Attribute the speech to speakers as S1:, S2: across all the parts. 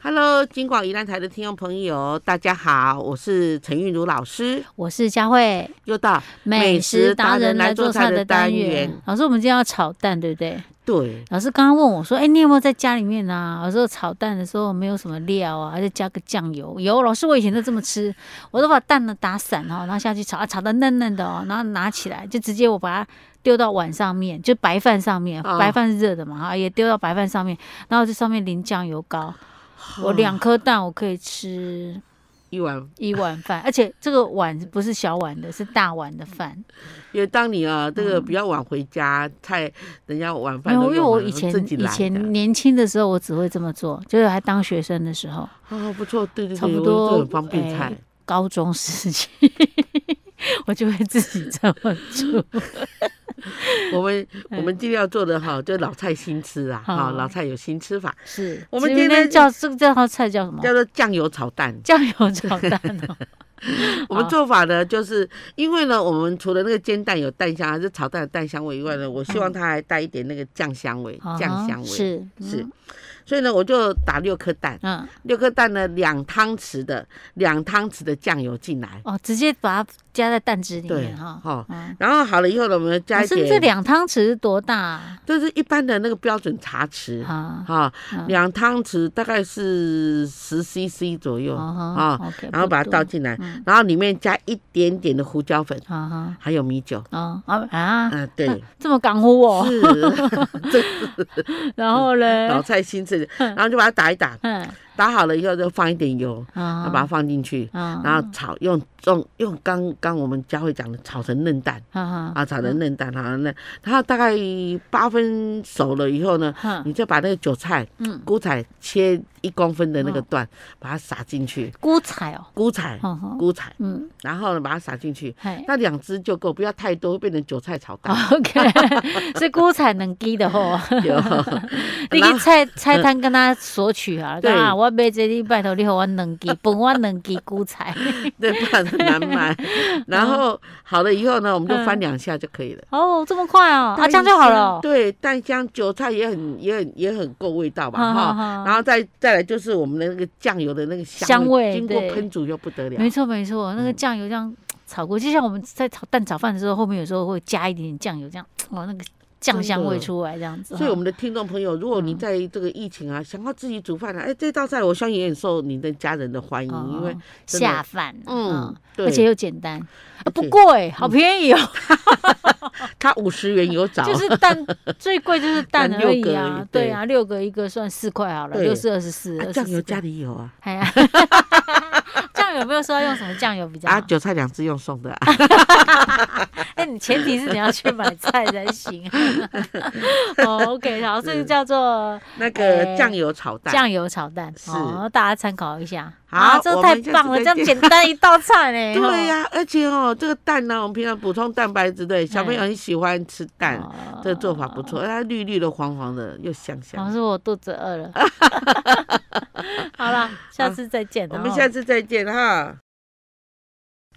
S1: Hello，金广宜兰台的听众朋友，大家好，我是陈韵如老师，
S2: 我是佳慧，
S1: 又到
S2: 美食达人来做菜的单
S1: 美食达人来做菜的单
S2: 元
S1: 元。
S2: 老师，我们今天要炒蛋，对不对？
S1: 对
S2: 老师刚刚问我说：“哎、你有没有在家里面啊？”我说：“炒蛋的时候没有什么料啊，还是加个酱油。”有，老师，我以前都这么吃，我都把蛋呢打散哦，然后下去炒，啊、炒的嫩嫩的哦，然后拿起来就直接我把它丢到碗上面，就白饭上面，
S1: 哦
S2: 白饭是热的嘛，哈，也丢到白饭上面，然后这上面淋酱油膏。我两颗蛋，我可以吃
S1: 一碗，
S2: 一碗饭，而且这个碗不是小碗的，是大碗的饭。
S1: 因为当你啊这个比较晚回家，菜人家晚
S2: 没
S1: 饭
S2: 有，
S1: 都
S2: 因为
S1: 用
S2: 我
S1: 完了
S2: 以前
S1: 自己
S2: 以
S1: 来
S2: 前
S1: 的。
S2: 年轻的时候，我只会这么做，就是还当学生的时候，
S1: 哦，不错，对对对，
S2: 差不
S1: 我觉得
S2: 多
S1: 很方便菜
S2: 哎。高中时期， 我就会自己这么做。
S1: 我 们我们今天要做的哈，就老菜新吃啊，哈，
S2: 嗯好
S1: 老菜有新吃法，
S2: 是
S1: 我们
S2: 这边
S1: 今天
S2: 叫这个这道菜叫什么？
S1: 叫做酱油炒蛋。
S2: 酱油炒蛋 哦。
S1: 我们
S2: 好
S1: 做法呢，就是因为呢，我们除了那个煎蛋有蛋香，还是炒蛋有蛋香味以外呢，我希望它还带一点那个酱香味，酱香
S2: 嗯啊
S1: 味
S2: 是
S1: 是所以呢，我就打六颗蛋，
S2: 嗯
S1: 六颗蛋呢，两汤匙的两汤匙的酱油进来，
S2: 哦，直接把它加在蛋汁里
S1: 对，
S2: 面哎哈。
S1: 哦
S2: 嗯，
S1: 然后好了以后呢，我们加
S2: 可
S1: 一
S2: 是这
S1: 点，
S2: 两汤匙是多大啊？
S1: 就是一般的那个标准茶匙，
S2: 啊
S1: 哈
S2: 嗯，
S1: 两汤匙大概是十 CC 左右
S2: 哦
S1: 啊，
S2: 哈，OK，
S1: 然后把它
S2: 不
S1: 倒
S2: 多
S1: 进来
S2: 嗯，
S1: 然后里面加一点点的胡椒粉，
S2: 啊哈
S1: 还有米酒，
S2: 哦啊啊！
S1: 嗯， 对。
S2: 这么港呼 哦，
S1: 是，这是
S2: 然后嘞，
S1: 老菜新吃的，然后就把它打一打，
S2: 嗯
S1: 打好了以后就放一点油，然
S2: 啊
S1: 后把它放进去，
S2: 啊
S1: 然后炒，用用用刚刚我们佳慧讲的炒成嫩蛋
S2: 啊
S1: 啊，炒成嫩蛋，炒成嫩，然后大概八分熟了以后呢，
S2: 哈
S1: 你再把那个韭菜
S2: 嗯，
S1: 菇菜切一公分的那个段，把它撒进去，
S2: 菇菜哦，哎
S1: 菇菜
S2: 哈哈，
S1: 菇菜，
S2: 嗯，
S1: 然后呢把它撒进去，
S2: 嗨
S1: 那两只就够，不要太多，会变成韭菜炒
S2: 哦
S1: 蛋。
S2: ，OK，所以 菇菜能记 的吼，
S1: 对
S2: 你去菜菜摊跟他索取
S1: 嗯
S2: 啊，
S1: 对
S2: 讲啊，我买这你拜托你给我两支，分我两支 菇菜，
S1: 对，不然很难 买。然后好了以后呢，我们就翻两下就可以了。
S2: 哦，这么快嗯哦，啊，这样就好了哦，
S1: 对，蛋香韭菜也很也很也很够味道吧
S2: 好好
S1: 哈。
S2: 好
S1: 然后再再来就是我们的那个酱油的那个
S2: 嗯香
S1: 味，
S2: 味
S1: 经过
S2: 对
S1: 烹煮就不得了
S2: 没。错没错，那个酱油这样炒过，就像我们在炒蛋炒饭的时候，后面有时候会加一点点酱油，这样哦，那个酱香味出来这样子。
S1: 所以我
S2: 哈
S1: 们的听众朋友，如果
S2: 嗯
S1: 你在这个疫情啊，想要自己煮饭啊，哎，这道菜我相信也很受你的家人的欢迎，因为
S2: 哦
S1: 真的
S2: 下饭，
S1: 嗯
S2: 嗯，，
S1: 对
S2: 而，且又简单，啊
S1: 而
S2: 不
S1: 且
S2: 贵，好便宜哦，
S1: 它五十元有找，
S2: 就是蛋最贵就是蛋
S1: 蛋六
S2: 而已
S1: 个而
S2: 啊
S1: 已，对
S2: 对啊，六个一个算四块好了，
S1: 对
S2: 六四二十四，
S1: 啊
S2: 24
S1: 酱油家，里有啊，
S2: 哎呀， 酱油有没有说要用什么酱油比较
S1: 啊，
S2: 好？
S1: 韭菜两只用送的啊。
S2: 哎，你前提是你要去买菜才行。 哦，OK，好，这个叫做
S1: 那个
S2: 哎
S1: 酱油炒蛋，
S2: 酱油炒蛋，
S1: 是
S2: 哦，大家参考一下。
S1: 好
S2: 啊这
S1: 我
S2: 个
S1: 们下
S2: 太
S1: 次
S2: 棒了，
S1: 再
S2: 这样
S1: 见
S2: 简单一道菜 呢。
S1: 对呀、而且哦，这个蛋呢，我们平常补充蛋白质，对小朋友
S2: 哎
S1: 很喜欢吃蛋，
S2: 哦
S1: 这个做法不错，而且它绿绿的、黄黄的，又香
S2: 老
S1: 香。
S2: 师，我肚子饿了。好啦，下次再见哦。
S1: 我们下次再见哈。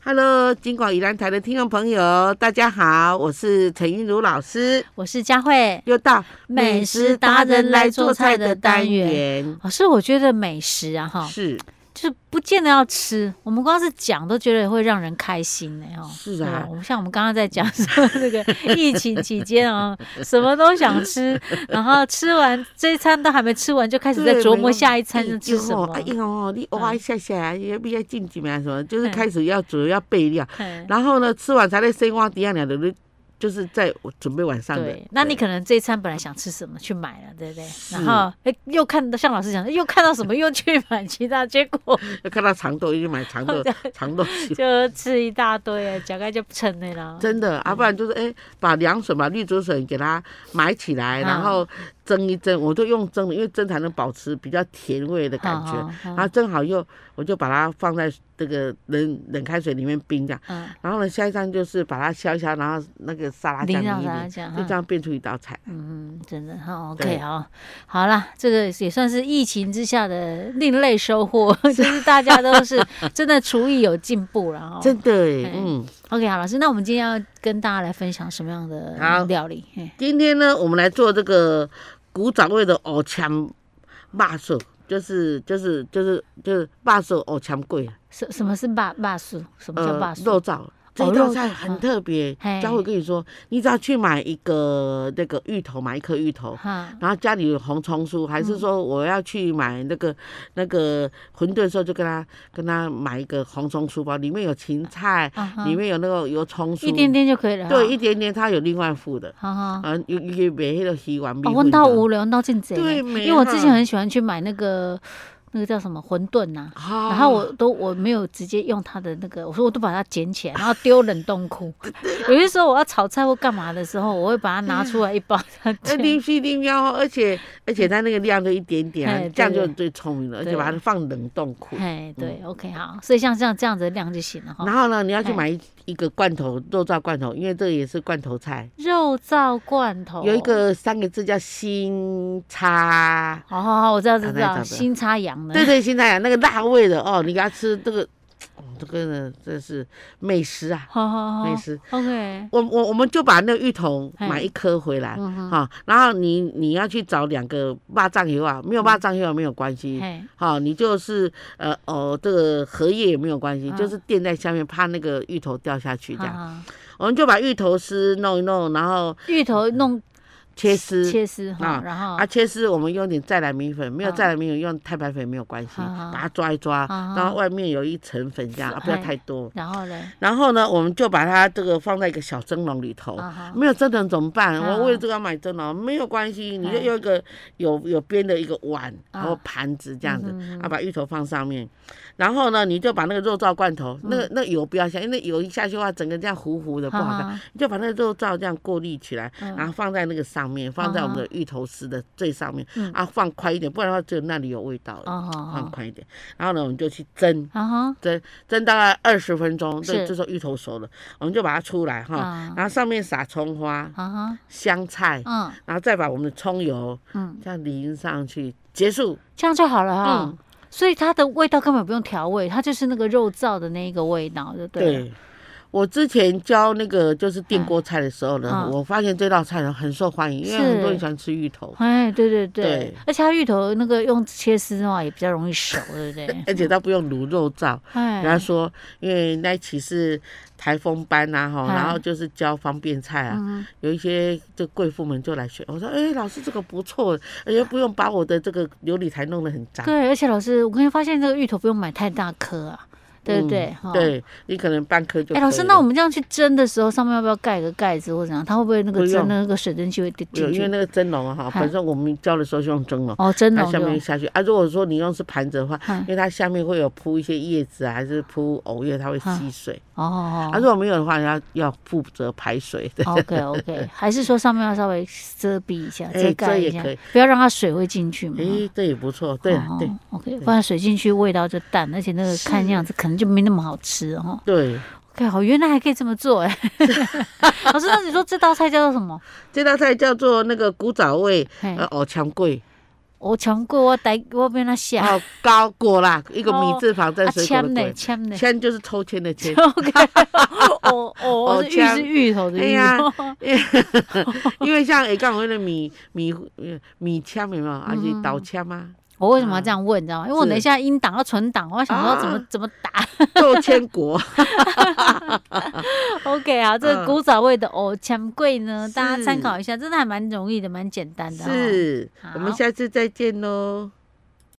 S1: Hello，金广宜兰台的听众朋友，大家好，我是陈韵如老师，
S2: 我是佳慧。
S1: 又到
S2: 美食达人来做菜的单元老师，我觉得美食啊，哈，
S1: 是
S2: 就是不见得要吃，我们光是讲都觉得会让人开心呢、哦。
S1: 是啊
S2: 对吧我们像我们刚刚在讲说 这个疫情期间啊、什么都想吃，然后吃完这一餐都还没吃完，就开始在
S1: 对
S2: 琢
S1: 没
S2: 磨
S1: 有
S2: 下一餐要吃
S1: 哎
S2: 什
S1: 呦
S2: 么
S1: 哎。呦，你哇一下下，也比较进几秒什么，就是
S2: 嗯
S1: 开始要煮要备料，
S2: 嗯
S1: 然后呢，吃完才在生蛙迪亚鸟的，就是在准备晚上的。
S2: 对，那你可能这一餐本来想吃什么去买了，对不对？
S1: 是
S2: 然后哎，又看到像老师讲的，又看到什么又去买其他，结果
S1: 要 看到长豆，一定买长 豆，长豆洗
S2: 就吃一大堆，大概就不成的啦。
S1: 真的啊，不然就是哎、把凉笋、把绿竹笋给它买起来，
S2: 嗯
S1: 然后蒸一蒸，我就用蒸的，因为蒸才能保持比较甜味的感觉。
S2: 好好
S1: 然
S2: 好
S1: 后蒸好又，我就把它放在这个冷冷开水里面冰这样。
S2: 嗯，
S1: 然后呢，下一张就是把它削一削，然后那个沙拉酱
S2: 淋上
S1: 淋一
S2: 沙拉
S1: 淋，
S2: 酱，
S1: 就这
S2: 嗯
S1: 样变出一道菜。
S2: 嗯，真的好
S1: 对
S2: ，OK，好，好啦，这个也算是疫情之下的另类收获， 就是大家都是真的厨艺有进步了哦。
S1: 真的哎
S2: 哎，
S1: 嗯，
S2: OK，好，老师，那我们今天要跟大家来分享什么样的
S1: 好
S2: 料理？嘿
S1: 今天呢，我们来做这个古早味的藕强麻笋，就是就是就是就是霸手哦，强贵啊，
S2: 什什么是霸霸素？什么叫霸
S1: 呃，
S2: 素？
S1: 肉燥。这一
S2: 肉
S1: 道
S2: 燥
S1: 菜很特别
S2: 嘿，
S1: 佳慧跟你说，你只要去买一个那个芋头，买一颗芋头，
S2: 哈，嗯
S1: 然后家里有红葱酥，还是说我要去买那个、那个馄饨的时候，就跟他跟他买一个红葱酥包，里面有芹菜，
S2: 啊哈
S1: 里面有那个油葱酥，
S2: 一点，啊点就可以了。
S1: 对，一，点点，他有另外付的，
S2: 哈哈。
S1: 啊，有有买那个洗碗米
S2: 哦，
S1: 粉
S2: 问
S1: 的。
S2: 到无聊，问到进贼。
S1: 对
S2: 因
S1: 没
S2: 为我
S1: 哈
S2: 之前很喜欢去买那个那个叫什么馄饨呐、
S1: 啊
S2: 然后我都我没有直接用它的那个，我说我都把它捡起来，然后丢冷冻库。 有些时候我要炒菜或干嘛的时候，我会把它拿出来一 包
S1: 哎
S2: 它
S1: 那
S2: 捡。
S1: 零七零幺，哦而且而且它那个量就一点点
S2: 嘿
S1: 啊，这样
S2: 对
S1: 就最聪明了，而且
S2: 对
S1: 把它放冷冻库。
S2: 哎，对，OK，好，所以像这样这样子的量就行了哈
S1: 然。后呢，你要去
S2: 嘿
S1: 买一一个罐头肉燥罐头，因为这也是罐头菜，
S2: 肉燥罐头
S1: 有一，个三个字叫新叉。
S2: 好好好，我知道知
S1: 啊那找
S2: 道，
S1: 不到
S2: 新插羊的，
S1: 对对，新太阳那个辣味的哦，你给他吃这个，哦，这个呢，这是美食啊，
S2: 好好好
S1: 美食。
S2: ，OK，
S1: 我我我们就把那个芋头
S2: 嘿
S1: 买一颗回来，
S2: 嗯哼，
S1: 好、然后你你要去找两个霸藏油啊，没有霸藏油啊没有关系，
S2: 嗯嘿，
S1: 好、你就是呃哦这个荷叶也没有关系，
S2: 嗯
S1: 就是垫在下面，怕那个芋头掉下去这
S2: 好
S1: 样。
S2: 好，
S1: 我们就把芋头丝弄一弄，然后
S2: 芋头弄
S1: 切丝，
S2: 切丝哈，
S1: 啊
S2: 然后
S1: 啊，切丝我们用点再来米粉，没有
S2: 嗯
S1: 再来米粉用太白粉没有关系，
S2: 嗯
S1: 把它抓一抓，
S2: 嗯
S1: 然后外面有一层粉这样，
S2: 是
S1: 啊不要
S2: 嘿
S1: 太多。
S2: 然后嘞，
S1: 然后呢，我们就把它这个放在一个小蒸笼里头。
S2: 啊哈，
S1: 没有蒸笼怎么办？
S2: 嗯
S1: 我为了这个要买蒸笼，没有关系，你就
S2: 嗯
S1: 用一个有有边的一个碗，然后
S2: 啊
S1: 盘子这样子，
S2: 嗯
S1: 啊，把芋头放上面，然后呢，你就把那个肉燥罐头，那个那油不要下，因为那油一下去的话，整个这样糊糊 的不好看，
S2: 嗯哈
S1: 你就把那个肉燥这样过滤起来，
S2: 嗯
S1: 然后放在那个上面，放在我们的芋头丝的最上面，
S2: 嗯
S1: 啊，放快一点，不然的话只有那里有味道了，
S2: 哦好
S1: 放
S2: 好，
S1: 快一点。然后呢，我们就去蒸，
S2: 啊哈，
S1: 蒸大概二十分钟，
S2: 是
S1: 这这时候芋头熟了，我们就把它出来哈，
S2: 啊
S1: 然后上面撒葱花、
S2: 啊
S1: 香菜，
S2: 哈，嗯
S1: 然后再把我们的葱油
S2: 嗯，
S1: 这样淋上去，结束。
S2: 这样就好了哈
S1: 嗯。
S2: 所以它的味道根本不用调味，它就是那个肉燥的那一个味道，对不对？
S1: 对，我之前教那个就是电锅菜的时候呢，
S2: 嗯
S1: 我发现这道菜呢很受欢迎，因为
S2: 是
S1: 很多人喜欢吃芋头，
S2: 哎，对对对
S1: 对，
S2: 而且它芋头那个用切丝的话也比较容易熟，对不对？
S1: 而且它不用卤肉燥。
S2: 哎
S1: 人家说，因为那一期是台风班呐、哈，
S2: 嗯
S1: 然后就是教方便菜啊，
S2: 嗯
S1: 有一些这贵妇们就来学。我说，哎、老师这个不错，而且不用把我的这个琉璃台弄得很脏。
S2: 对，而且老师，我刚才发现这个芋头不用买太大颗啊，对不对？
S1: 嗯
S2: 哈。
S1: 对你可能半颗就可以
S2: 哎，
S1: 了。
S2: 老师，那我们这样去蒸的时候，上面要不要盖个盖子或怎样？它会不会那
S1: 不
S2: 个蒸
S1: 用
S2: 的那个水蒸气会滴
S1: 有
S2: 进
S1: 因为
S2: 去？
S1: 那个蒸笼啊哈，
S2: 嗯
S1: 本身我们教的时候是用蒸笼，
S2: 哦，蒸
S1: 它
S2: 笼
S1: 下面
S2: 就
S1: 会下去啊。如果说你用是盘子的话，
S2: 嗯
S1: 因为它下面会有铺一些叶子啊，还是铺藕叶，它会吸水。
S2: 哦哦
S1: 啊，如果没有的话，要要负责排水的。
S2: ，OK OK，还是说上面要稍微遮蔽一下、
S1: 哎
S2: 遮盖
S1: 这也
S2: 一下
S1: 可以，
S2: 不要让它水会进去嘛。
S1: 诶，这也不错，对啊
S2: 哦
S1: 对
S2: OK，
S1: 对
S2: 不然水进去味道就淡，而且那个
S1: 是
S2: 看样子可能就没那么好吃哦。
S1: 对。
S2: OK，好，原来还可以这么做 哎。老师，那你说这道菜叫做什么？
S1: 这道菜叫做那个古早味，
S2: 嘿
S1: 呃，，藕强贵，
S2: 我尝过，我带我边那写
S1: 然
S2: 啊，
S1: 后哦高果啦，一个米字旁在水果
S2: 签
S1: 的
S2: 呢，
S1: 果，
S2: 签呢。。
S1: 签就是抽签的签
S2: OK，哦哦，
S1: 哦
S2: 是芋
S1: 呛
S2: 是芋头的
S1: 哎
S2: 芋
S1: 呀
S2: 头，
S1: 因为像诶，刚我那米米米签有没有？而且刀签啊，
S2: 我为什么要这样问，你知道吗？因为我等一下音档要存档，我要想说怎么、
S1: 啊
S2: 怎么打。
S1: 豆签果。
S2: OK 啊，这个
S1: 嗯
S2: 古早味的哦，钱贵呢，
S1: 是
S2: 大家参考一下，真的还蛮容易的，蛮简单的、哦。
S1: 是，我们
S2: 好
S1: 下次再见喽。